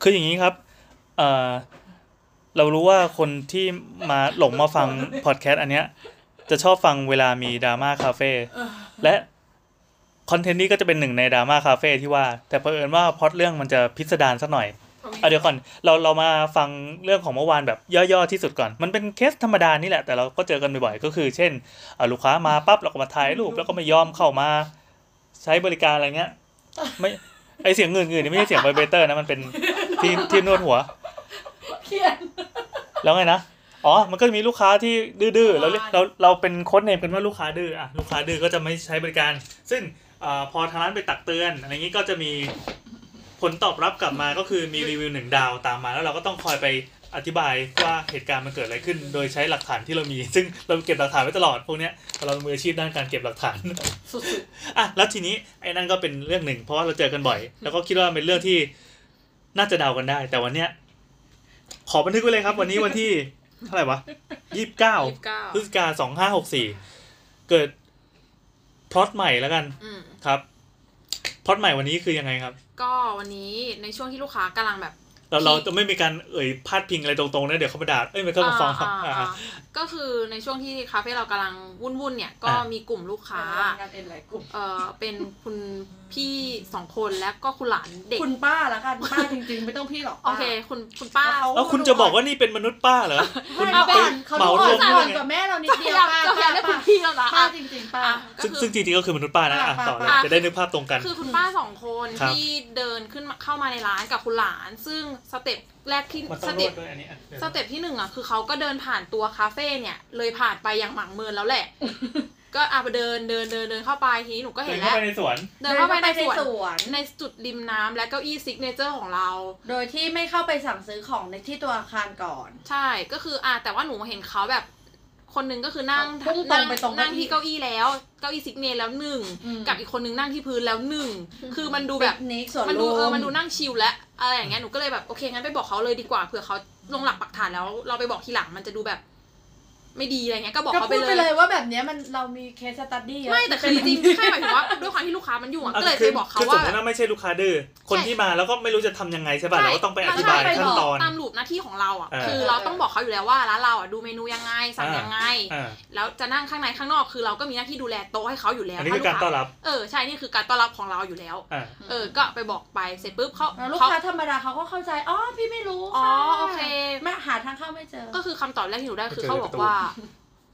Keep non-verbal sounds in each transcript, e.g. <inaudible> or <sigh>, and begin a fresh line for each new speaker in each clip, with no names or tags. คืออย่างนี้ครับเอ่อเรารู้ว่าคนที่มาหลงมาฟังพอดแคสต์อันเนี้ย จะชอบฟังเวลามีดราม่าคาเฟ่และคอนเทนต์นี้ก็จะเป็นหนึ่งในดราม่าคาเฟ่ที่ว่า แต่เผอิญว่าพล็อตเรื่องมันจะพิสดารสักหน่อย เอาเดี๋ยวก่อนเราเรามาฟังเรื่องของเมื่อวานแบบย่อๆที่สุดก่อน มันเป็นเคสธรรมดานี่แหละแต่เราก็เจอกันบ่อยๆก็คือ เช่นอ่ะลูกค้ามาปั๊บเราก็มาถ่ายรูปแล้วก็ไม่ยอมเข้ามาใช้บริการอะไรเงี้ย ไม่ไอเสียงเงินเงินนี่ไม่ใช่เสียงไวเบรเตอร์นะมันเป็นทีมทีมนวดหัว
เพี้ยน
แล้วไงนะอ๋อมันก็จะมีลูกค้าที่ดื้อๆเราเรียกเราเราเป็นโค้ดเนมกันว่าลูกค้าดื้ออ่ะลูกค้าดื้อก็จะไม่ใช้บริการ ซึ่งเออพอทางร้านไปตักเตือนอะไรอย่างนี้ก็จะมีผลตอบรับกลับมาก็คือมีรีวิวหนึ่งดาวตามมา แล้วเราก็ต้องคอยไปอธิบายว่าเหตุการณ์มันเกิดอะไรขึ้น โดยใช้หลักฐานที่เรามี ซึ่งเราเก็บหลักฐานไว้ตลอดพวกเนี้ยเราเป็นมืออาชีพด้านการเก็บหลักฐาน
สุด
อ่ะแล้วทีนี้ไอ้นั่นก็เป็นเรื่องหนึ่งเพราะว่าเราเจอกันบ่อย แล้วก็คิดว่าเป็นเรื่องที่น่าจะเดากันได้ แต่วันเนี้ยขอบันทึกไว้เลยครับ วันนี้วันที่ เท่าไหร่วะยี่สิบเก้า
ยี่สิบเก้า
พฤศจิกาสองห้าหกสี่เกิดพล็อตใหม่แล้วกัน
อืม
ครับพล็อตใหม่วันนี้คือยังไงครับ
ก็วันนี้ในช่วงที่ลูกค้ากำลังแบบ
เรา
พี่
เราจะไม่มีการเอ่ยพาดพิงอะไรตรงๆนะเดี๋ยวเขามาด่าเอ้ยมันก็มาฟ้อง
อ่าอ่า
อ่า
อ่าก็คือในช่วงที่คาเฟ่เรากำลังวุ่นๆเนี่ยก็
อ่ามี
มีกลุ่มลูก
ๆ
ค้า
งานเอ็นหลายกลุ่ม
เออเป็นคุณพี่สองคนแล้วก็คุณหลานเด็ก
คุณป้าละกัน ป้าจริงๆ ไม่ต้องพี่หรอก
โอเค คุณคุณป้า
เขา
แล้วคุณจะบอกว่านี่เป็นมนุษย์ป้าเหรอ
คุณ
เอา
เอา
ไป
ก่อนเขาดู
เหมารวม
อ่อน
ด้วยไง
กว่าแม่เรานิด
ก็
เดียว
อยาก
ป้า
ก็อยากได้คุ
ป้า
ณพี่แล้วนะ
ป้า
อ่ะ
จริงๆป้า
อ่ะก็
ซึ่ง
คือ
ซึ่งจริงๆก็คือมนุษย์ป้านะอ่ะต่อเลย
อ่า
จะได้นึกภาพตรงกัน
คือคุณป้าสองคน
ครับ
ที่เดินขึ้นมาเข้ามาในร้านกับคุณหลาน ซึ่งสเต็ปแรกที่
มันต้อ
ส
งร
เต็
ว
ป
ดด้วยอันนี้อ่ะเดี๋ยว
สเต็ปที่หนึ่งอ่ะคือเขาก็เดินผ่านตัวคาเฟ่เนี่ยเลยผ่านไปอย่างหมังเมินแล้วแหละ
<laughs>
ก็อาไปเดินเดินเดินเดินเข้าไปทีนี้หนูก็เห็นแล้ว เดินเข้าไปในสวน
วน
ในจุดริมน้ำและเก้าอี้ซิกเนเจอร์ของเรา
โดยที่ไม่เข้าไปสั่งซื้อของในที่ตัวอาคารก่อน
ใช่ ก็คืออ่ะแต่ว่าหนูเห็นเขาแบบ คนหนึ่งก็คือนั่ง
พุ่งตรงไปตรง
นั่งที่เก้าอี้แล้ว เก้าอี้ซิกเนแล้วหนึ่ง
อืม
กับอีกคนนึงนั่งที่พื้นแล้วหนึ่ง คือมันดูแบบ
ปิกนิกสวน
มันดู
ลุ
เออ
ม
มันดูนั่งชิลและอะไรอย่างเงี้ย หนูก็เลยแบบ โอเค งั้นไปบอกเขาเลยดีกว่า เผื่อเขาลงหลักปักฐานแล้ว เราไปบอกทีหลังมันจะดูแบบ ไม่ดีอะไรเงี้ย ก็บอก
ก็
เขาไป
พูด
เล
ไปเลย ยว่าแบบเนี้ยมันเรามีเคสตัดดี้เยอะ
ไม่ แต่คือจริงๆแค่หมายถึงว่าด้วยความที่ลูกค้ามันอยู่อ่ะ ก็เลยไปบอกเขา
คือสมม
ว่า
ติว่าไม่ใช่ลูกค้าดื้อ คนที่มาแล้วก็ไม่รู้จะทำยังไงใช่ป่ะ เราก็ต้องไปอธิบาย
ใช่
ขั้นตอน
ไปบกตามรูปหน้าที่ของเราอ่ะ
เออ
คือเราต้องบอกเขาอยู่แล้วว่าร้านเราอ่ะดูเมนูยังไงสั่ง
อ่ายั
ยังไง
อ่า
แล้วจะนั่งข้างในข้างนอกคือเราก็มีหน้าที่ดูแลโต๊ะให้เขาอยู่แล้ว
อันนี้คือการต้อนรับ
เออใช่นี่คือการต้อนรับของเราอยู่แล้ว
อ่า
เออก็ไปบอกไปเสร็จปุ๊บเขา
แล้วลูก
เขา
ค้าธรรมดาเขาก็เข้าใจ อ๋อ พี่ไม่รู้
อ๋อ
ค่ะ
โอเค
ไม่หาทางเข้าไม่เจอ
ก็คือคำตอบแรกที่หนูได้คือ
เจอ
เขา
ใน
บ
ป
อ
ระ
ก
ตู
ว่า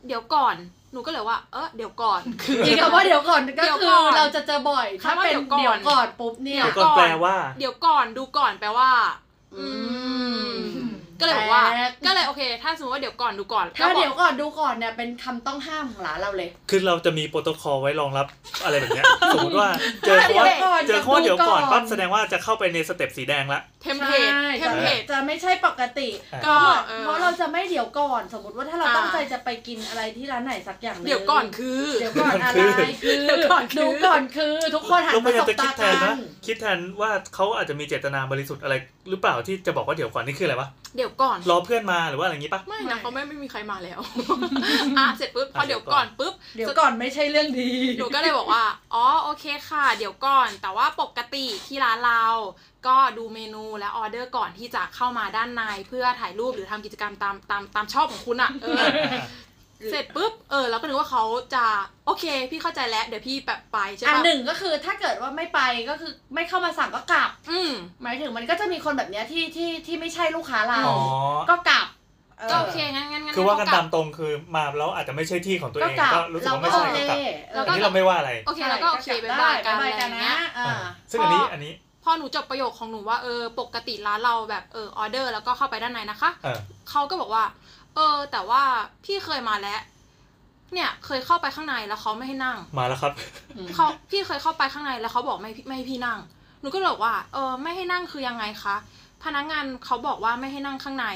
เดี๋ยวก่อนหนูก็เลยว่า เอ <laughs> อเดี๋ยวก่อน คือ
จริงๆคำว่าเดี๋ยวก่อนก็
เดี๋ยว
คื
ก่
อ
อน
เราจะเจอบ่อย ถ้า
คำว่า
เป็น
เดี๋
เดี๋
ย
ยว ว
ก่อน
ก่อนปุ๊บเนี่ย
เดี๋ยวก่อนแปลว่า
เดี๋ยวก่อนดูก่อนแปลว่า อืม ก็เลยบอกว่า
แต่
ก็เลยโอเค ถ้าสมมติว่าเดี๋ยวก่อนดูก่อน
ถ้า
ก็บอก
เดี๋ยวก่อนดูก่อนเนี่ยเป็นคำต้องห้ามของร้านเราเลย
คือเราจะมีโปรโตคอลไว้รองรับอะไรแบบเนี้ย สมมติว่าเจอ
เดี๋
ข้อ
ยวก่อน
เจอข้อ
จะดู
เดี๋ยวก่อน
ก่อน
ปั๊บแสดงว่าจะเข้าไปในสเต็ปสีแดงละ
เทมเพลต
ใช่
เท
จะ
มเพลต
จะไม่ใช่ปกติ
เออ
เพราะเหมือนเพ
เออ
ราะเราจะไม่เดี๋ยวก่อน สมมติว่าถ้าเรา
อ่า
ตั้งใจจะไปกินอะไรที่ร้านไหนสักอย่างหง
เดี๋ยวก่อนคือ
เดี๋ยวก่อนอะไรคือ
เดี๋ยวก่อนคือ
ดูก่อนคือ ทุกคนหัน
เรา
มาย
พายา
ส
ม
บ
จะคิ
ตา
ดแท
กัน น
นะ คิดแทนว่าเขาอาจจะมีเจตนาบริสุทธิ์อะไรหรือเปล่าที่จะบอกว่าเดี๋ยวก่อนนี่คืออะไรวะ
เดี๋ยวก่อน
รอเพื่อนมาหรือว่าอะไรอย่างงี้ปะ
ไม่นะเขาไม่ไม่มีใครมาแล้ว อ่ะเสร็จปุ๊บพอ
อ่ะเดี๋
เดี๋ย
ยว วก่
ก่อ
อน น
ปุ๊บ
เดี๋ยวก่อนไม่ใช่เรื่องดี
หนูก็เลยบอกว่า <laughs> อ๋อโอเคค่ะ เดี๋ยวก่อน แต่ว่าปกติที่ร้านเรา ก็ดูเมนูและออเดอร์ก่อนที่จะเข้ามาด้านในเพื่อถ่ายรูปหรือทำกิจกรรมตามตามตามชอบของคุณอ่ะเออ เสร็จปุ๊บเออเราก็นึกว่าเขาจะโอเค พี่เข้าใจแล้วเดี๋ยวพี่แบบไปใช่
อัน
ปะ
หนึ่งก็คือถ้าเกิดว่าไม่ไปก็คือไม่เข้ามาสั่งก็กลับ
อืม
หมายถึงมันก็จะมีคนแบบเนี้ยที่ที่ที่ไม่ใช่ลูกค้าเรา
อ๋อ
ก็กลับ
ก็โอเคงั้นงั้นงั้น
คือว่ากัน
ให้เข
ตามตรงคือมาแล้วอาจจะไม่ใช่ที่ของตัว
ก็
เอง
กลับ
ก็รู้สึก
เรา
ว่า
ก็
ไม่
โอ
ใช่
เค
ก็กลับอัน
เออ
นี้เราไม่ว่าอะไร
โอเคแล้วก็โอเคบ๊ายบายกัน
บ๊
อะไร
กัน
อย่างเงี้
นะ
ย
อ่า
ซึ่งอันนี้
พออั
อันนี้
พอหนูจบประโยคของหนูว่าเออปกติร้านเราแบบเออออเดอร์แล้วก็เข้าไปด้านในนะคะ
เออ
เขาก็บอกว่า เออ แต่ว่าพี่เคยมาแล้ว เนี่ย เคยเข้าไปข้างในแล้วเขาไม่ให้นั่ง
มาแล้วครับ
เขาพี่เคยเข้าไปข้างในแล้วเขาบอกไม่ไม่ให้พี่นั่ง หนูก็เลยบอกว่า เออไม่ให้นั่งคือยังไงคะ พนักงานเขาบอกว่าไม่ให้นั่งข้างใน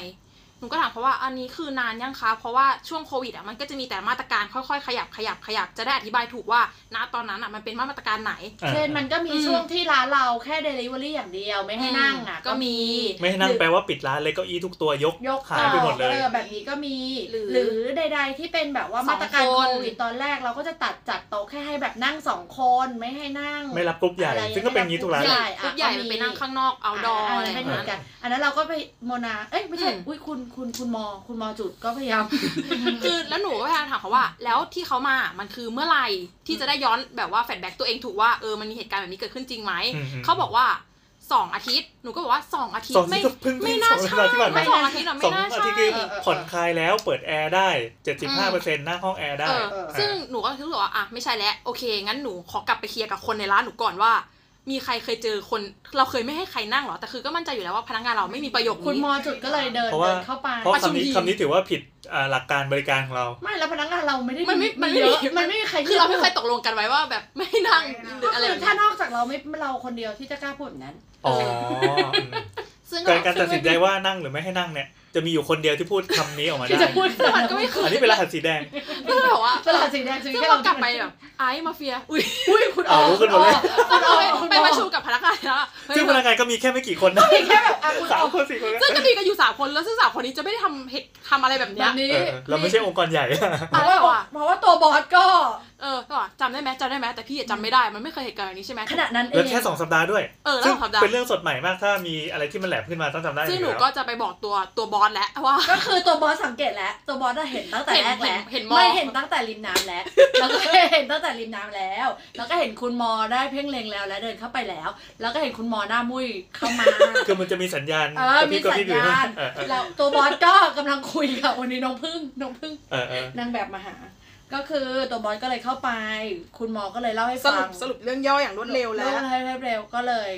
หนูก็ถามเขาว่าอันนี้คือนานยังคะเพราะว่าช่วงโควิดอ่ะมันก็จะมีแต่มาตรการค่อยๆขยับขยับขยับจะได้อธิบายถูกว่าณตอนนั้นอ่ะมันเป็นมาตรการไหน
อ่า
เช่นมันก็มี
อืม
ช่วงที่ร้านเราแค่เดลิเวอรี่อย่างเดียวไม่ให้นั่งอ่ะ
ก็มี
ไม่ให้นั่งแปลว่าปิดร้านเลยเก้าอี้ทุกตัวยก
ยก
หายไปหมดเลย
ออแบบนี้ก็มี
หรือ
หรือใด ๆ ที่เป็นแบบว่ามาตรการ
สอง
โค
คน
วิดตอนแรกเราก็จะตัดจัดโต๊ะแค่ให้แบบนั่งสองคนไม่ให้นั่ง
ไม่รับกรุ๊ปใหญ่
อะไรอย่างเงี้ย
ซึ่งก็เป็นอย่างนี้ทุกร้าน
ให
เล
ญ่
ย
ทุกใหญ่มันไปนั่งข้างนอกเอาดอ
อ่า
อะไรอ
ไม่
ย่าง
เหมือ
นั้น น
กัน อันนั้นเราก็ไปโมนา เอ้ยไม่ใช่
อืม
อุ้ยคุณคุณคุณมอ คุณมอจุดก็พยายาม
<laughs> คือ <coughs> แล้วหนูก็พยายามถามเขาว่า แล้วที่เขามามันคือเมื่อไหร่ที่จะได้ย้อนแบบว่าแฟลชแบ็กตัวเองถูกว่าเออมันมีเหตุการณ์แบบนี้เกิดขึ้นจริงไหม
อืม
เขาบอกว่าสองอาทิตย์หนูก็บอกว่าสองอาทิต
สอง
ย์
ที่
ไม่
ก็เพิ่ง
ไม่
เพิ่ง
น่า
สอง
ใช่
สัปดาห์ที่ผ่านมา
ไม่สองอาทิตย์อะ
ส
ไม่
อง
น่า
อา
ใช่
ทิตย์คือ
เออเออ
ผ่อนคลายแล้วเปิดแอร์ได้ 75%นั่งห้องแอร์ได้
เออ
เออ
ซึ่งหนูก็รู้สึกว่าอ่ะไม่ใช่แล้วโอเค งั้นหนูขอกลับไปเคลียร์กับคนในร้านหนูก่อนว่า มีใครเคยเจอคนเราเคยไม่ให้ใครนั่งเหรอแต่คือก็มั่นใจอยู่แล้วว่าพนักงานเราไม่มีประโยคนี้
คุณมอจุดก็เลยเดิน
เพราะว่า
เดินเข้าไป
เพราะ
ประชุม
คำนี้
ที
คำนี้ถือว่าผิดอ่าหลักการบริการของเรา
ไม่แล้วพนักงานเราไม่ได้
มันไม่มันไม่
เยอะ
มี
มันไม่มีใคร
คือเราไม่เคย
พูด
ตกลงกันไว้ว่าแบบไม่ให้นั่งหรือ
ก็
อะไร
คื
แบ
อบ ถ้า
นี้
นอกจากเราไม่เราคนเดียวที่จะกล้าพูดแบบนั้น
อ๋ออืม
ซึ่ง
การการตัดสินใจว่านั่งหรือไม่ให้นั่งเนี่ย จะมีอยู่คนเดียวที่พูดคำนี้ออกมา
ที่
ได้
จะพูด
ซึ่งมันก็ไม่เค
อัน
ย
นี้เป็นรหัสสีแดง
ก็เลยบอกว่า
ตลาดสีแดงจะ
ซึ่
มี
ง
แค่
เรา
เรา
กลับไปแบบไอ้มาเฟียอุ้ย
อุ้ยคุณออก
เอารู้กันหมดเลย
คุณออกคุณ
ไป
ออก
ประชุมกับพนักงานแล้วเฮ้ย
ซึ่งพนักงานก็มีแค่ไม่กี่คนนะ
แค่แบบอ่ะคุณอ
สา
อ
ม
ก
คนสี่คนนะ
ซึ่งก็มีกันอยู่สามคนแล้วซึ่งสามคนนี้จะไม่ได้ทำเหตุทำอะไรแบบ
แบ
เนี้ย
บนี้
เออเราไม่ใช่องค์กรใหญ่
เพราะว่า
อะไรวะ
เพราะว่าตัวบอสก็
เออก็บอกจำได้ไหมจำได้ไหมแต่พี่อะจำไม่ได้มันไม่เคยเหตุการณ์แบบนี้ใช่ไหม
ขนาดนั้นเอ
แล้ว
ง
แค่สองสัปดาห์ด้วย
เออแล้ว
ซึ่ง
สองสัปดาห์
เป็นเรื่องสดใหม่มากถ้ามีอะไรที่มันแหลมขึ้นมาต้องจำได้
ซึ่ง
อ
หนู
ยู่แล้ว
ก็จะไปบอกตัวตัวบอสแล้วว่า
ก็คือตัวบอสสังเกตแล้ว ตัวบอสน่ะเห็นตั้งแต่แรกแล้ว
เห็นเห็นมอ
ไม่เห็นตั้งแต่ริมน้ำแล้ว แล้วก็เห็นตั้งแต่ริมน้ำแล้ว แล้วก็เห็นคุณมอได้เพ่งเล็งแล้วและเดินเข้าไปแล้ว แล้วก็เห็นคุณมอหน้ามุ้ยเข้ามา
<laughs> คือมันจะมีสัญญาณ
เออก
ระพริบกระพ
มีสั
ริ
ญ
บอยู่
ญาณ
เออเออ
แล้วตัวบอสก็กำลังคุยกับวันนี้น้องพึ่งน้องพึ่ง
เออเออ
นางแบบมาหา ก็คือตัวบอสก็เลยเข้าไป คุณมอก็เลยเล่าให้
ส
ฟั
รุป
ง
สรุปเรื่องย่ออย่างรวดเร็วแล้ว
เล่าให้เร็วๆก็เลย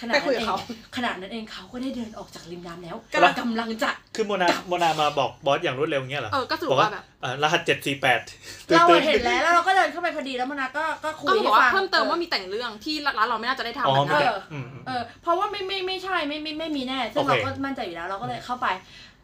ขนาด
ไปคุ
นั้น
ยกั
เอบ ง
เขา
ขนาดนั้นเองเขาก็ได้เดินออกจากริมน้ำแล้ว
กำลัง
กำลังจะ
คือโมนาโมนามาบอกบอสอย่างรวดเร็วอย่างเงี้ยเหรอ
เออก็สรุป
บอกว่า
ว่าแบบ
เอ่อรหัสเจ็ดสี่แปด
เราอะเห็นแล้วแล้วเราก็เดินเข้าไปพอดีแล้วมนาก็ก็คุย
ก็คือ
ให้
บอกว่า
ฟัง
เพิ่มเติมว่ามีแต่งเรื่องที่ร้านเราไม่น่าจะได้ทำ
อ๋อ
แบบ
ไม่
นั้น
ได้อืมอืม
เออเพราะว่าไม่ไม่ไม่ใช่ไม่ไม่ไม่มีแน่ซึ่ง
โอเค
เราก็มั่นใจอยู่แล้วเราก็เลยเข้าไป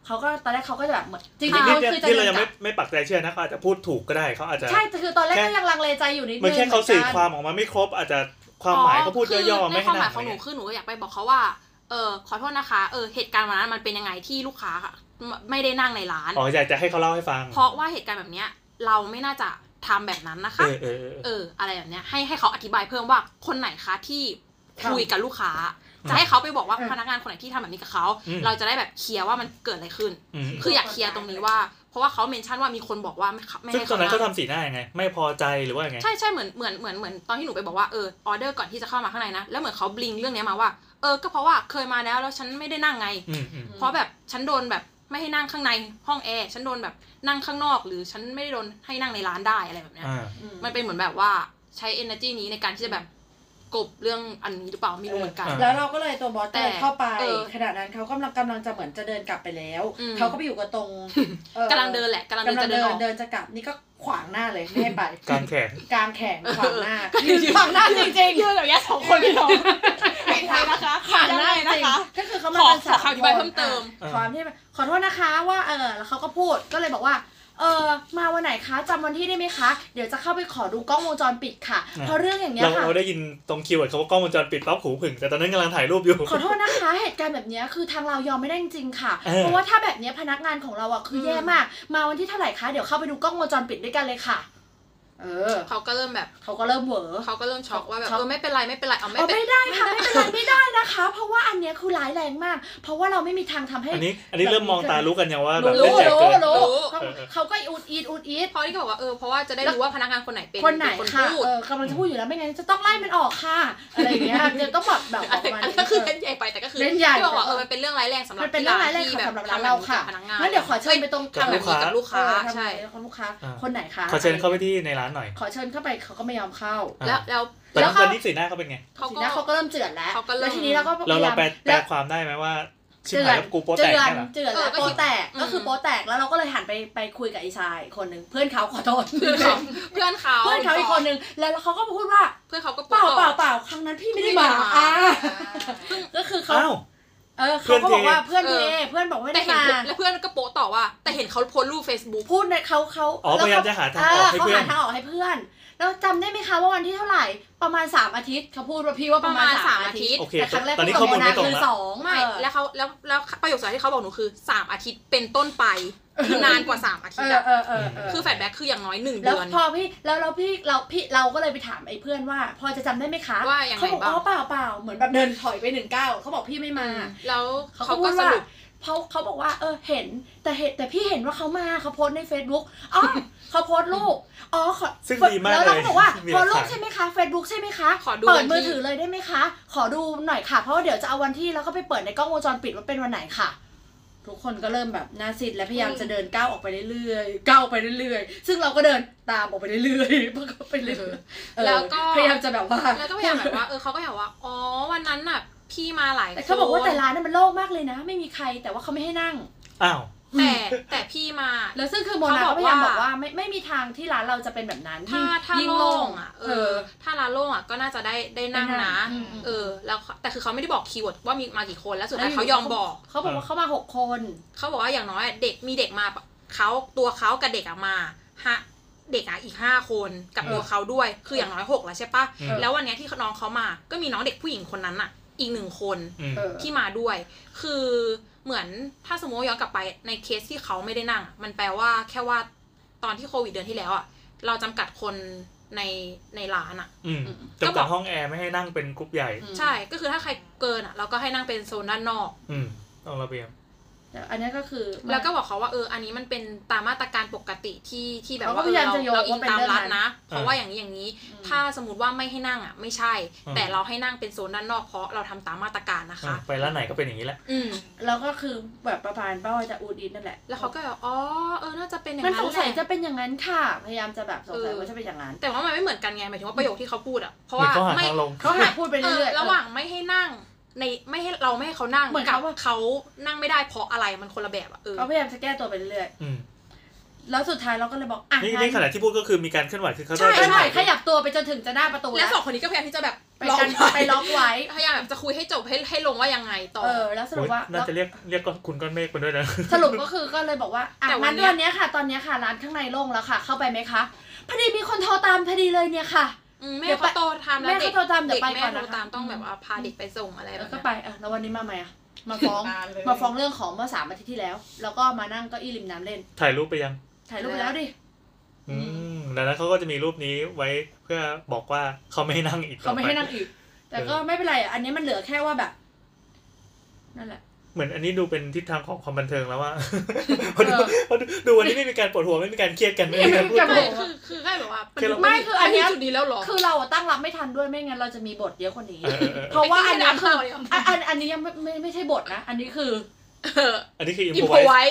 เขาก็ตอนแรกเขาก็จะแบบเหมือนจริงๆ
นี่
เขา
เนี่ย
คือจะ
นี่
เดิ
เรา
น
ยัง
ก
ไม่
ลับ
ไม่ปักใจเชื่อนะเขาอาจจะพูดถูกก็ได้เขาอาจจะ
ใช่แต่คือตอนแรกก็ยังลังเลใจอยู่นิดนึง
มันแค่เขาสื่อความออกมาไม่ครบ อาจจะความหมายเขาพูดย่อๆ
คื
ไม่
ในค
ให้
วาม
ห
ห
นั
มาย
ก
ของหนูคือหนูอยากไปบอกเขาว่า เออขอโทษนะคะ เออเหตุการณ์วันนั้นมันเป็นยังไงที่ลูกค้าค่ะไม่ไม่ได้นั่งในร้าน
อ๋ออยากจะให้เขาเล่าให้ฟัง
เพราะว่าเหตุการณ์แบบเนี้ยเราไม่น่าจะทำแบบนั้นนะ
เอ
คะ
อเออเออ
เออ อะไรแบบเนี้ยให้ให้เขาอธิบายเพิ่มว่าคนไหนคะที่
ทำ
คุยกับลูกค้า
อืม
จะให้เขาไปบอกว่า
อืม
พนักงานคนไหนที่ทำแบบนี้กับเขา
อืม
เราจะได้แบบเคลียร์ว่ามันเกิดอะไรขึ้น
อืม
คืออยากเคลียร์ตรงนี้ว่า เพราะว่าเขาเมนชั่นว่ามีคนบอกว่าไม่ไม่
ซึ่ง
ให้
ตอน
เขา
นั้นเขา
นั่ง
ทำสีหน้ายังไง ไม่พอใจหรือว่ายังไง
ใช่ใช่เหมือนเหมือนเหมือนเหมือนตอนที่หนูไปบอกว่าเออออเดอร์ก่อนที่จะเข้ามาข้างในนะแล้วเหมือนเขาบลิงเรื่องเนี้ยมาว่าเออก็เพราะว่าเคยมาแล้วแล้วฉันไม่ได้นั่งไง
อืมอืม
เพราะแบบฉันโดนแบบไม่ให้นั่งข้างในห้องแอร์ฉันโดนแบบนั่งข้างนอกหรือฉันไม่ได้โดนให้นั่งในร้านได้อะไรแบบเนี้ย
อ่า
อื
มันเป็นเหมือนแบบว่าใช้ energy นี้ในการที่จะแบบกลบเรื่องอันนี้หรือเปล่าไม่รู้เหมือนกัน
อ่า
แล้วเราก็เลยตัวบอสก็เลยเข้าไป
แต่เออ
ขณะนั้นเขากำลังกำลังจะเหมือนจะเดินกลับไปแล้ว
อืม
เขาก็ไปอยู่กับต
<laughs>
รงอ่อก
ำลังเดินแหละกำลังเดิน
กำลั
จะ
งเดิ
เดินอน อก
เดินจะกลับนี่ก็ขวางหน้าเลยไม่ให้ไป
กางแขน
กลางแขนขวาง
<laughs>
หน้า
เออ
ยืนขวางหน้าจริงๆ
ยืนแบบเนี้ยสองคนพี่น้องไม่ได้นะคะ
ผ่าน
ยัง
ได้
ได้
นะ
นะคะ คะ
ก็คือเขา
ขอ
มา
ขอคำอธิบายเพิ่มเติม
อ่ะความที่แบบขอโทษนะคะว่าเออแล้วเขาก็พูดก็เลยบอกว่า เออมาวันไหนคะจำวันที่ได้ไหมคะ เดี๋ยวจะเข้าไปขอดูกล้องวงจรปิดค่ะ เพราะเรื่องอย่างเงี้ย
เรา
ค่ะ
เราได้ยินตรงคิวเวิร์ดเขาว่ากล้องวงจรปิดปั๊บหูผึ่งแต่ตอนนั้นกำลังถ่ายรูปอยู่
ขอโทษนะคะ เหตุการณ์แบบเนี้ยคือทางเรายอมไม่ได้จริงๆค่ะ
เออ
เพราะว่าถ้าแบบเนี้ยพนักงานของเราอ่ะคือแย่มาก มาวันที่เท่าไหร่คะเดี๋ยวเข้าไปดูกล้องวงจรปิดด้วยกันเลยค่ะ เออ
เขาก็เริ่มแบบ
เขาก็เริ่มเหวอ
เขาก็เริ่มช็อกว่าแบบ
ช็อก
เออไม่เป็นไรไม่เป็นไรเอาไม่
เอา
เป็น
ไม่ได้ค่ะไม่เป็นไรไม่ได้นะคะ เพราะว่าอันเนี้ยคือร้ายแรงมาก เพราะว่าเราไม่มีทางทำให้
อันนี้อันนี้เริ่มมองตารู้กันยังว่าแบบ
รู้
เล่น
รู้
ใหญ่เกิน
รู้
รู้
เขา
เออเออ
เขาก็อุดอีดอุดอีด
เพราะนี่ก็บอกว่าเออเพราะว่าจะได้รู้ว่าพนักงานคนไหนเป็น
คนไหน
เป็คน
ค่ะ
พูด
เออกำลังจะพูดอยู่แล้วไม่งั้นจะต้องไล่มันออกค่ะอะไรอย่างเงี้ยจะต้องแบบแบบอ
อั
อน กมา
นี้
นี้
ก็คือ
เอ
เล่
อ
นใหญ่ไปแต่ก็คือ
เล่นใหญ่
ที่บอกว่าเออมันเป็นเรื่องร้ายแรงสำหรับ
มันเป็นเรื่องร้ายแรง
ที่
ค่ะสำ
แบบ
หรับร้านเราค่ะ
ทำแบบนี้กับพนักงาน
งั้นเดี๋ยวขอเชิญไปตรงกลาง
กับลูกค้า
กับลูกค้า
เออทำไม
ใช่
แล้วก็ลูกค้า
อ่า
คนไหนคะ
ขอเชิญเข้าไปที่ในร้านหน่อย
ขอเชิญเข้าไปเขาก็ไม่ยอมเข้า
อ่า
แล้วแล้ว
แต่
แล้
ต
วเขา
อนนี้สีหน้าเขาเป็นไง
เขา
ที
ก็
นี้เขาก็เริ่มเจือนแล้ว
เขาก็เริ่ม
แล้วทีนี้เราก็พ
เรา
ยา
เรา
ยาม
แปลแปล
แล้ว
ความได้ไหมว่า ชิบ
เจือ
หาย
น
แล้วกูโป๊ะ
เจื
แตก
อ
แน่
น
หรอ
เจือน
เอ
แล้
อ
ว
ก็
โป
คิด
แตกก็คือ
ม
โปแตกแล้วเราก็เลยหันไปไปคุยกับไอ้ชายคนหนึ่งเพื่อนเขาขอโทษ
เพื่อนเขาเพื่อนเขา
เพื่อนเขาอีกคนหนึ่งแล้วเขาก็พูดว่า
เพื่อนเขาก็
เปล่า
บอก
เปล่าเปล่าครั้งนั้นพี่ไม่ได้มา
ไม่ได้มา
อ่าก็คือเขา
อ้าว
เออเขาก็บอกว่าเพื่อนเท
เออ
เพื่อนบอกว่าไม่
แต่
ได้
เห็น
มา
แล้วเพื่อนก็โป๊ะต่อว่า แต่เห็นเขาโพสต์รูป Facebook
พูดในเขาเขา
อ๋อพยายามจะหาทางออกให้เพื่อน
เขาหาทางออกให้เพื่อน แล้วจำได้ไหมคะว่าวันที่เท่าไหร่ประมาณสามอาทิตย์เขาพูดว่าพี่ว่าประมาณ
ประมาณ
สา
สาม ม
อา
อาทิ
ทิต
ตย์
ย์
โอเค
แต่ครั้งแรก
ตอนนี้
พูดกับ
ข้อมูลไม่ตรง
โคือ
ละ
สอง
ไม่
เออ
แล้วเขาแล้วแล้วประโยคสุดท้ายที่เขาบอกหนูคือ 3 อาทิตย์เป็นต้นไป คือนานกว่า 3 อา
เอ
ทิตย์
อ
อะ
เออเออเออ
คือแฟดแบ็คคืออย่างน้อย 1
แล้
เดื
ว
อน
พอพี่แล้วเราพี่เราพี่เราก็เลยไปถามไอ้เพื่อนว่า พอจะจำได้ไหมคะ
ว่ายังไง
เขาบอก
บ้าง
อ๋อเปล่าเปล่าเหมือนแบบเดินถอยไปหนึ่งก้าวเขาบอกพี่ไม่มา
แล้ว
เขา
เขา
พู
ก็
ด
ส
ว่า
รุป
เขาเขาบอกว่า เออเห็นแต่เห็นแต่พี่เห็นว่าเขามาเขาโพสต์ใน Facebook อ๋อ <laughs> เขาโพสต์รูปอ๋อขอ
ซึ่งดีมาก
แล้วเรา
เล
ก็
ย
บอกว่า
<laughs> มีห
โพ
ลัก
สต์รู
ฐา
ป
น
ใช่ไหมคะ Facebook ใช่ไหมคะ
ขอดู
เปิ
วั
ด
นที่
มือถือเลยได้ไหมคะ ขอดูหน่อยค่ะ เพราะว่าเดี๋ยวจะเอาวันที่แล้วก็ไปเปิดในกล้องวงจรปิดว่าเป็นวันไหนค่ะ ทุกคนก็เริ่มแบบหน่าซิดและพยายามจะเดินก้าวออกไปเรื่อยๆก้าวออกไปเรื่อยๆซึ่งเราก็เดินตามออกไปเรื่อยๆ <laughs> เพราะเขาไปเรื่อยๆเออ
แล้วก็
พยายามจะแบบว่า
แล้วก็พยายามแบบว่าเออเขาก็อยากว่า อ๋อวันนั้นน่ะ พี่มาหลาย
แต่เขาบอกว่า
คน
แต่ร้านนั้นมันโล่งมากเลยนะ ไม่มีใครแต่ว่าเขาไม่ให้นั่ง
อ้าว
แต่แต่พี่มา
แล้วซึ่งคือโมนาก็
เขาบอก
พยายาม
ว่า
บอกว่าไม่ไม่มีทางที่ร้านเราจะเป็นแบบนั้น
ถ้า
ยิ่ง
ถ้า
ยิ่ง
โล่
โล่
ง
ง
อ่ะ เอ
เอ
อ
อ
ถ้าร้านโล่งอ่ะก็น่าจะได้ได้นั่ง
ได้นั่
นะ
งอืม
เออ แล้วเขาแต่คือเขาไม่ได้บอกคีย์เวิร์ดว่ามีมากี่คนแล้วสุดท้ายเขายอมบอก
เขาบอกว่าเขามาหกคน
เขาบอกว่าอย่างน้อยอะเด็กมีเด็กมาเขาตัวเขากับเด็กอะมาฮะเด็กอะอีกห้าคนกับ
เออ
ตัวเขาด้วย คืออย่างน้อยหกแล้วใช่ปะ
เออ
แล้ววันเนี้ยที่น้องเขามาก็มีน้องเด็กผู้หญิงคนนั้นอะอีกหนึ่งคน
อืม
เออ
ที่มาด้วย คือเหมือนถ้าสมมติว่าย้อนกลับไปในเคสที่เขาไม่ได้นั่งอะมันแปลว่าแค่ว่าตอนที่โควิดเดือนที่แล้วอะเราจำกัดคนในในร้านอะ
อืม
อืม
จำ
ก็บ
กั
อ
ด
ก
ห้องแอร์ไม่ให้นั่งเป็นกรุ๊ปใหญ่
อืม
ใช่ ก็คือถ้าใครเกินอะเราก็ให้นั่งเป็นโซนด้านนอก
อืมต้องระเบียบ
แต่อันนี้ก็คือมัน
แล้วก็บอกเขาว่าเอออันนี้มันเป็นตามมาตรการปกติที่ที่แบบ
เขาก็
ว่าเออ
พา
ย
ยาม
เรา
จะโยง
เราอิงตามรัฐนะ
ว่าเป็นเรื่องนั้น
เพราะว่าอย่างนี้อย่างนี้
อืม
ถ้าสมมติว่าไม่ให้นั่งอ่ะไม่ใช่
อืม
แต่เราให้นั่งเป็นโซนด้านนอกเพราะเราทำตามมาตรการนะ
อ่ะ
คะ
ไปร้านไหนก็เป็นอย่างนี้แหละ
อืม
แล้วก็คือแบบประมาณว่าจะอูดอินนั่นแหละ
แล้วเขาก็แบบอ๋อเออน่าจะเป็นอย่าง
มั
นั้น นแห
สงสัยจะ
ละ
เป็นอย่างนั้นค่ะ พยายามจะแบบสงสัย
เออ
ว่าจะเป็นอย่างนั้น
แต่ว่ามันไม่เหมือนกันไงหมายถึงว่าประโยคที่เขาพูดอ่ะเพราะ
เหมือน
ว่า
เขาหา
ไม่
ทางลง
เขาหาพูดไป
เอ
เรื่
อ
อยๆ
ระหว่างไม่ให้นั่งในไม่ให้เราไม่ให้เขานั่ง
เหมือน
กับ
เขาว่า
เขานั่งไม่ได้เพราะอะไรมันคนละแบบอ่ะเออ
เขาพยายามจะแก้ตัวไปเรื่อย
อืม
ๆแล้วสุดท้ายเราก็เลยบอกอ่ะ
นี่
งั้
นี่ขณะที่พูดก็คือมีการเคลื่อนไหวคือเขา
ใช่
ใช่
ได้
ใช่ข
ไปไหน
ยับตัวไปจนถึงจะหน้าประตู
แล้
แล้วว
สองคนนี้ก็พยายามที่จะแบบ
ไปกัน
ว้
ไปล็อกไว้
พยายามแบบจะคุยให้จบให้ให้ลงว่ายังไงต่อ
เออ แล้วสรุปว่า
น่าจะเรียกเรียกก้อนคุณก้อนเมฆไปด้วยนะ
สรุปก็คือก็เลยบอกว่าอ่ะ
แต่วั
งั้
น
น
เนี้ย
วันเนี้ยค่ะ ตอนเนี้ยค่ะร้านข้างในโล่งแล้วค่ะ เข้าไปไหมคะพอดีมีคนโทรตามพอดีเลยเนี่ยค่ะ
อืมแม่
เดี๋ยวไป
เขาโตตาม
แม่
แล้ว
เขา
เด็ก
โตตามเดี๋ยว
เด็ก
ไป
แม่
ก่อนนะ
โตตาม
คะ
ต้องแบบว่าพาเด็กไปส่งอะไรแบ
แล้ว
บ
ก็
เนี้ย
ไปอ่ะแล้ววันนี้มาไหมอ่ะมาฟ้อง
ตามเลย
มาฟ้องเรื่องของเมื่อสามอาทิตย์ที่แล้ว แล้วก็มานั่งเก็อี้ริมน้ำเล่น
ถ่ายรูปไปยัง
ถ่ายรูปไปแล้วดิ อื
อื
ม
มแล้วนั้นเขาก็จะมีรูปนี้ไว้เพื่อบอกว่าเขาไม่ให้นั่งอีกต่
เขา
อ
ไม่
ไป
ให้นั่งอีก แต่ก็ไม่เป็นไรอ่ะอันนี้มันเหลือแค่ว่าแบบนั่นแหละ
เหมือนอันนี้ดูเป็นทิศทางของความบันเทิงแล้ว
<laughs>
ว่า
เออ
พอดูดูวันนี้ไม่มีการปวดหัวไม่มีการเครียดกันไม่มีการพูด
ไม่มี
ไม่
การ
คือคือแค่แบบว่า
คือเรา
ไม่คืออันเนี้ย
จุดนี้แล้วเหรอ
คือเราอะตั้งรับไม่ทันด้วยไม่งั้นเราจะมีบทเยอะกว่านี้
เออเออเออ
เพราะว่าอันเนี้ย
ไม่
คือ
ใช่ไม่ได้
อันอัน
เอา
อันนี้ยังไม่ไม่ไม่ใช่บทนะ อันนี้คือ
เออ
อันนี้คืออิ
อิ
น
ม
โพ
พ
ไว
อไว้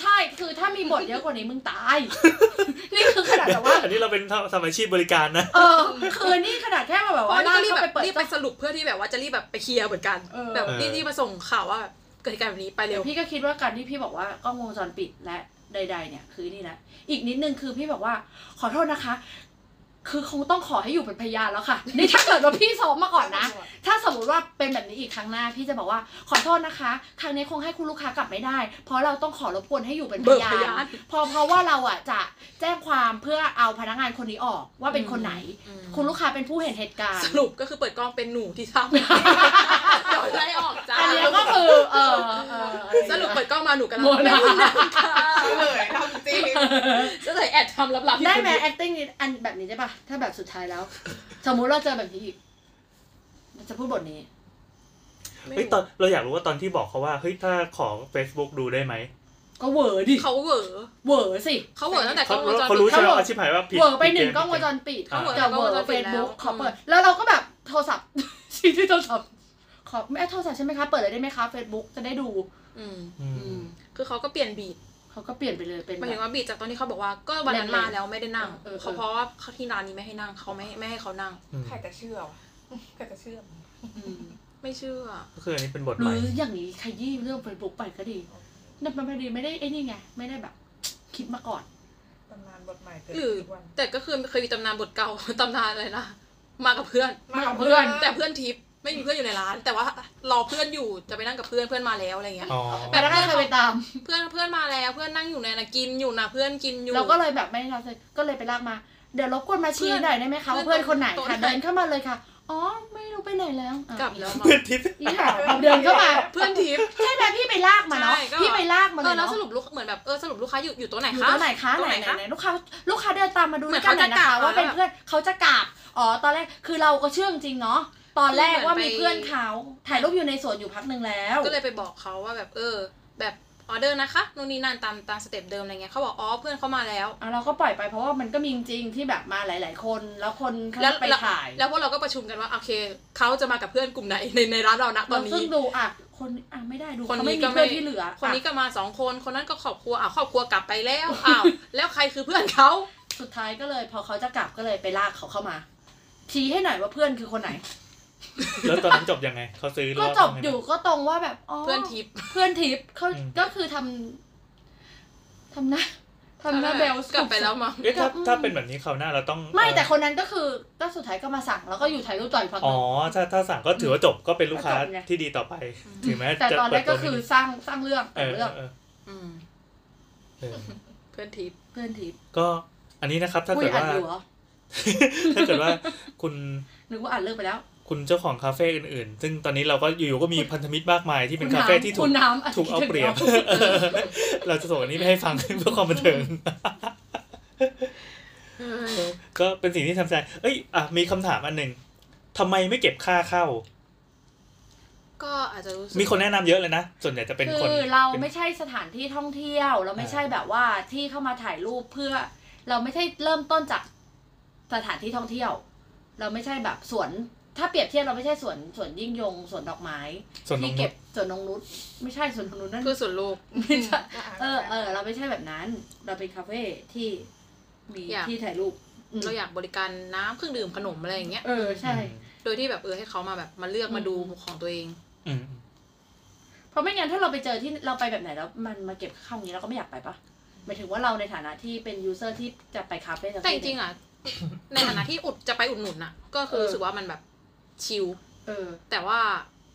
ใช่คือถ้ามีบทเยอะกว่านี้มึงตาย
<laughs>
นี่คือขนาดแบบว่า
อันนี้เราเป็นสมาชิกบริการนะ
เออคือนี่ขนาดแค่มาแบบ
เพ
ว่า
ราะนี่
ลากเข้าไป
ก็รีบแบบ
เปิด
รีบไปสรุปเพื่อที่แบบว่าจะรีบแบบไปเคลียร์เหมือนกัน
เออ
แบบรีบ
เออ
รีบมาส่งข่าวว่าแบบเกิดเหตุการณ์แบบนี้ไปเร็ว
พี่ก็คิดว่าการที่พี่บอกว่ากล้องวงจรปิดและใด ๆ เนี่ยคือนี่แหละอีกนิดนึงคือพี่บอกว่าขอโทษนะคะ คือคงต้องขอให้อยู่เป็นพยานแล้วค่ะ นี่ถ้าเกิดว่าพี่ซ้อมมาก่อนนะ ถ้าสมมติว่าเป็นแบบนี้อีกครั้งหน้า พี่จะบอกว่าขอโทษนะคะ ครั้งนี้คงให้คุณลูกค้ากลับไม่ได้ เพราะเราต้องขอรบกวนให้อยู่เป็นพ
เบิก
ยา
พยาน น
พอเพราะว่าเราอ่ะจะแจ้งความเพื่อเอาพนักงานคนนี้ออกว่าเป็นคนไหน
อืม
คุณลูกค้าเป็นผู้เห็นเหตุการ
ส
ณ์
รุปก็คือเปิดกล้องเป็นหนูที่ทำเดี๋ยวไล่ออกจ้า
อันเนี้ยก็คือเออเอออะไรนะ
สรุปเปิดกล้องมาหนูกำลัง
โมนะ
ไม่ได้ค่ะ
เลยทำ
<laughs>
จริง
จะเลยแอดทำลับๆที่
ได้
คน
ไหม
เยว
acting นี้อันแบบนี้ได้ปะถ้าแบบสุดท้ายแล้ว สมมุติเราเจอแบบนี้อีกเราจะพูดบทนี้
ไม่
เฮ้ยตอนเราอยากรู้ว่าตอนที่บอกเขาว่าเฮ้ยถ้าขอ Facebook ดูได้ไหม
ก็เหวอร์ดิ
เขาเหวอ
เหวอร์สิ
เขาเหวอตั้งแต่กล้
เขา
องวงจร
เขา
ปิด
รู้ใช่ไหมว่าอาชิบหายว่าผิด
เหวอร์ไปหนึ่ง
ผิดเม
กล้องวงจรปิด
อ่า
กับเหวอร์เฟซบุ๊ก
แล้ว
ขอเปิด แล้วเราก็แบบโทรศัพท์ <laughs> ชี้ที่โทรศัพท์ ขอแม่โทรศัพท์ใช่ไหมคะ เปิดเลยได้ไหมคะเฟซบุ๊กจะได้ดู
อืม
อื
อื
ม
ม
คือเขาก็เปลี่ยนบีท
เขาก็เปลี่ยนไปเลยเป็น
หมาย
แบ
ถึง
บ
ว่าบีทจากตอนที่เขาบอกว่าก็วันนั้น
เล่นๆ
มาแล้วไม่ได้นั่ง
เออเออ
เขาเพราะว่าเขาที่ร้านนี้ไม่ให้นั่งเขาไม่ไม่ให้เขานั่ง
อืม
ใครจะเชื่อวะใครจะเชื่อ
อืม
ไม่เชื่อ
ก็คืออันนี้เป็นบท
ห
ให
รื
ม่
ออย่างนี้ขยี้เรื่องเฟซบุ๊กไปก็ดีนั่นมันไม่ดีไม่ได้ไอ้นี่ไงไม่ได้แบบ คิดมาก่อน
ตำนานบทใหม่เกิด
หรือ
ทุกวัน
<laughs> แต่ก็คือเคยมีตำนานบทเก่า ตำนานอะไรนะมากับเพื่อน
มากับเพื่อน
แต่เพื่อนทิป ไม่มีเพื่อนอยู่ในร้าน แต่ว่ารอเพื่อนอยู่จะไปนั่งกับเพื่อนเพื่อนมาแล้วอะไรเงี้ย
อ๋อ
แต่ถ้าใครไปตาม
เพื่อนเพื่อนมาแล้วเพื่อนนั่งอยู่ในนะกินอยู่นะเพื่อนกินอยู่
เราก็เลยแบบไม่ได้รับเลยก็เลยไปลากมา เดี๋ยวรบกวนมาชี้
เพื่อน
หน่อยได้ไหมคะว่า
เพื่
เพื่
อ
อน นคนไหน
โต๊ะ
ค่ะ
ไหน
เดินเข้ามาเลยค่ะ อ๋อไม่รู้ไปไหนแล้วอ่ะ
กลับแล้วมา
เพื่อนทิพย์
อีห่าเดินเข้ามา
เพื่อนทิพย์
ใช่ไหมพี่ไปลากมาเนาะ
ใช่ก็
พี่ไปลากมา
เอ
เล
อย แล้ว
เนาะ
สรุปลูกเหมือนแบบเออสรุปลูกค้าอยู่อยู่ตัวไหน
อยู่
คะ
ตัวไหนคะ
ตั
ไห
วน ไหน
ไหน
คะ
ไหนลูกค้าลูกค้าเดินตามมาดู
เหมื
ด้
อ
วน ยกันหน่อยนะคะ
เขาจะกราบ
ว่าเป็น
แล้ว
เพื่อนเขาจะกราบอ๋อตอนแรกคือเราก็เชื่อจริงๆเนาะตอนแรกว่ามี
คือเหมือนไป
เพื่อนเขาถ่ายรูปอยู่ในสวนอยู่พักหนึ่งแล้ว
ก็เลยไปบอกเขาว่าแบบเออ แบบออเดอร์นะคะนู่นนี่นั่นตามตามสเต็ปเดิมอะไรเงี้ยเขาบอกอ๋อเพื่อนเขามาแล้ว
อ่ะเราก็ปล่อยไปเพราะว่ามันก็มีจริงๆที่แบบมาหลาย ๆ คนแล้วคนเขา
แล้ว
ไป
แล้ว
ถ่าย
แล้วพวกเราก็ประชุมกันว่าโอเคเขาจะมากับเพื่อนกลุ่มไหนในในร้านเรานะตอน
ซึ่
นี้
งดูอ่ะคนอ่ะไม่ได้ดู
คน
เขา
นี้
ไม่มี
ก็ไม่
เพื่อนที่เหลือ
คนนี้
อ่ะ
ก็มาสองคนคนนั้นก็ครอบครัวอ้าวครอบครัวกลับไป
<laughs>
แล้วอ้าวแล้วใครคือเพื่อนเขา
สุดท้ายก็เลย พอเขาจะกลับก็เลยไปลากเขาเข้ามาชี้ให้หน่อยว่าเพื่อนคือคนไหน
แล้วตอนนั้นจบยังไงเขาซื้อหรื
ก็
ว่า
จบ
ทำไง
อยู่ก็ตรงว่าแบบอ๋อ
เพื่อนทิพย์
เพื่อนทิพย์เขา
อืม
ก็คือทำทำหน้าทำหน้าเบล
กลับไปแล้วมั้ง
เอ๊ะถ้าถ้าเป็นแบบนี้คราวหน้าเราต้อง
ไม่
เอ่อ
แต่คนนั้นก็คือก็สุดท้ายก็มาสั่งแล้วก็อยู่ถ่ายรูปต่ออยพักห
อ๋
นึ
อง ถ้าถ้าสั่งก็ถือว่าจบก็เป็นลูกค้า
ก็จบไง
ที่ดีต่อไป ถึงแม้
แต่
จะ
ตอนแรกก็
เปิดว
คือ
ไม่ดี
สร้างสร้างเรื่อง
เอ
แต่ง
อ
เรื่อง
เออ
อืม
เออ
เพื่อนทิพย์
เพื่อนทิพย์
ก็อันนี้นะครับถ้า
คุย
เกิดว่า
อ่านอยู่เหรอ
<laughs> ถ้าเกิดว่าคุณ
นึกว่าอ่านเลิกไปแล้ว
คุณเจ้าของคาเฟ่อื่นๆ ซึ่งตอนนี้เราก็อยู่ๆ ก็มีพันธมิตรมากมายที่เป็น
คุณ
คาเฟ่
น้ำ
ที่ถู
คุ
ก
ณน้ำะ
ถูกเอาเปรียบ
คิดถึงน้ำ
<laughs> เราจะส่งอันนี้ไปให้ฟัง <laughs> เพื่อความบันเทิง ก็เป็นสิ่งที่ทำใจ เอ้ย อ่ะ มีคำถามอันหนึ่งทำไมไม่เก็บค่าเข้า
ก็อาจจะรู้สึก
มีคนแนะนำเยอะเลยนะ ส่วนใหญ่จะเป็นคน
คือเรา
ป็น
ไม่ใช่สถานที่ท่องเที่ยว เราไม่ใช่แบบว่าที่เข้ามาถ่ายรูปเพื่อ เราไม่ใช่เริ่มต้นจากสถานที่ท่องเที่ยว เราไม่ใช่แบบสวน ถ้าเปรียบเทียบเราไม่ใช่สวนสวนยิ่งยงสวนดอกไม้
ส่วนน้
ที่
องนุ
เก็
ช
บสวนนงนุษไม่ใช่สวนนงนุษนั่น
คือส่วนลูก
ไม่ใช่
ะ
เออเออเราไม่ใช่แบบนั้น เราเป็นคาเฟ่ที่มี
อยาก
ที่ถ่ายรูปอืม
เราอยากบริการน้ำเครื่องดื่มขนมอะไรอย่างเงี้ย
เออใช่
โดยที่แบบเออให้เขามาแบบมาเลือก
อืม
มาดูของตัวเอง
อืม
เพราะไม่งั้นถ้าเราไปเจอที่เราไปแบบไหนแล้วมันมาเก็บเข้าอย่างนี้เราก็ไม่อยากไปปะหมายถึงว่าเราในฐานะที่เป็นยูเซอร์ที่จะไปคาเฟ่สัก
แต่จ
ที่หนึ่
ริง
<laughs>
ๆอ่ะ ในฐานะที่อุดจะไปอุดหนุนอ่ะ ก็คือ
เออ
รู้สึกว่ามันแบบชิล
เออ
แต่ว่า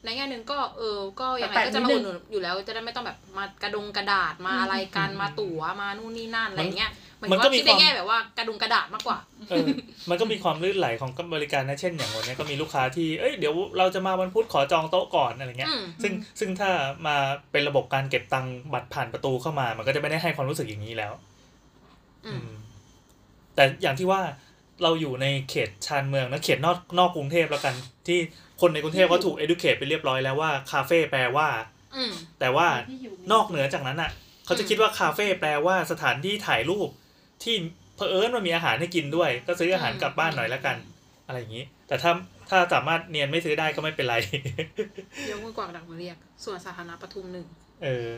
ในแง่หนึ่งก็เออ ก็ยังไง
แปลกๆ
ก็จะมา
นิดนึง
อุดหนุนอยู่แล้วจะได้ไม่ต้องแบบมากระดงกระดาษมา
อืม
อะไรกันมาตั๋วมานู่นนี่นั่นอะไรอย่างเงี้ยเหมือน
มัน
ว่า
ก็มี
คิ
ควา
ดใน
ม
แง่แบบว่ากระดงกระดาษมากกว่า
เออ มันก็มีความลื่นไหลของบริการนะ เช่นอย่างวันนี้ก็มีลูกค้าที่ เอ้ย เดี๋ยวเราจะมาวันพุธขอจองโต๊ะก่อนอะไรเงี้ย
อืม
ซึ่งซึ่งถ้ามาเป็นระบบการเก็บตังค์บัตรผ่านประตูเข้ามา มันก็จะไม่ได้ให้ความรู้สึกอย่างนี้แล้ว
อืม
อืมแต่อย่างที่ว่าเราอยู่ในเขตชานเมืองนะเขตนอกนอกกรุงเทพแล้วกัน ที่คนในกรุงเทพก็ถูก educate ไปเรียบร้อยแล้วว่าคาเฟ่แปลว่า
อืม
แต่ว่า
ที่ยู่
นอกเหนือจากนั้นอ่ะ เขาจะคิดว่าคาเฟ่แปลว่าสถานที่ถ่ายรูป ที่เผอิญมันมีอาหารให้กินด้วย ก็ซื้ออาหารกลับบ้านหน่อยแล้วกัน อะไรอย่างนี้ แต่ถ้าถ้าสามารถเนียนไม่ซื้อได้ก็ไม่เป็นไร <laughs>
ยกมือกวางดักมาเรียก ส่วนสาธารณะปทุมหนึ่ง
เออ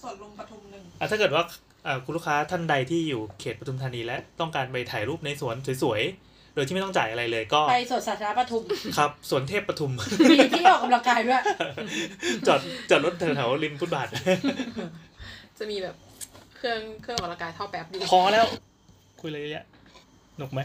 สวนลุมปทุมหนึ่ง
อ่ะถ้าเกิดว่าอ่ะคุณลูกค้าท่านใดที่อยู่เขตปทุมธานีและต้องการไปถ่ายรูปในสวนสวยๆ โดยที่ไม่ต้องจ่ายอะไรเลยก็
ไปสวนสาธารณะปทุ
<laughs>
ม
ครับสวนเทพปทุม <laughs>
มีที่ออกกำลังกายด้วย
จอดจอดรถแถวๆริมฟุตบาท <laughs>
จะมีแบบเครื่องเครื่องออกกำลังกายเท่าแป๊บอยู่
พอแล้ว คุยอะไรเยอะแยะหนุกไหม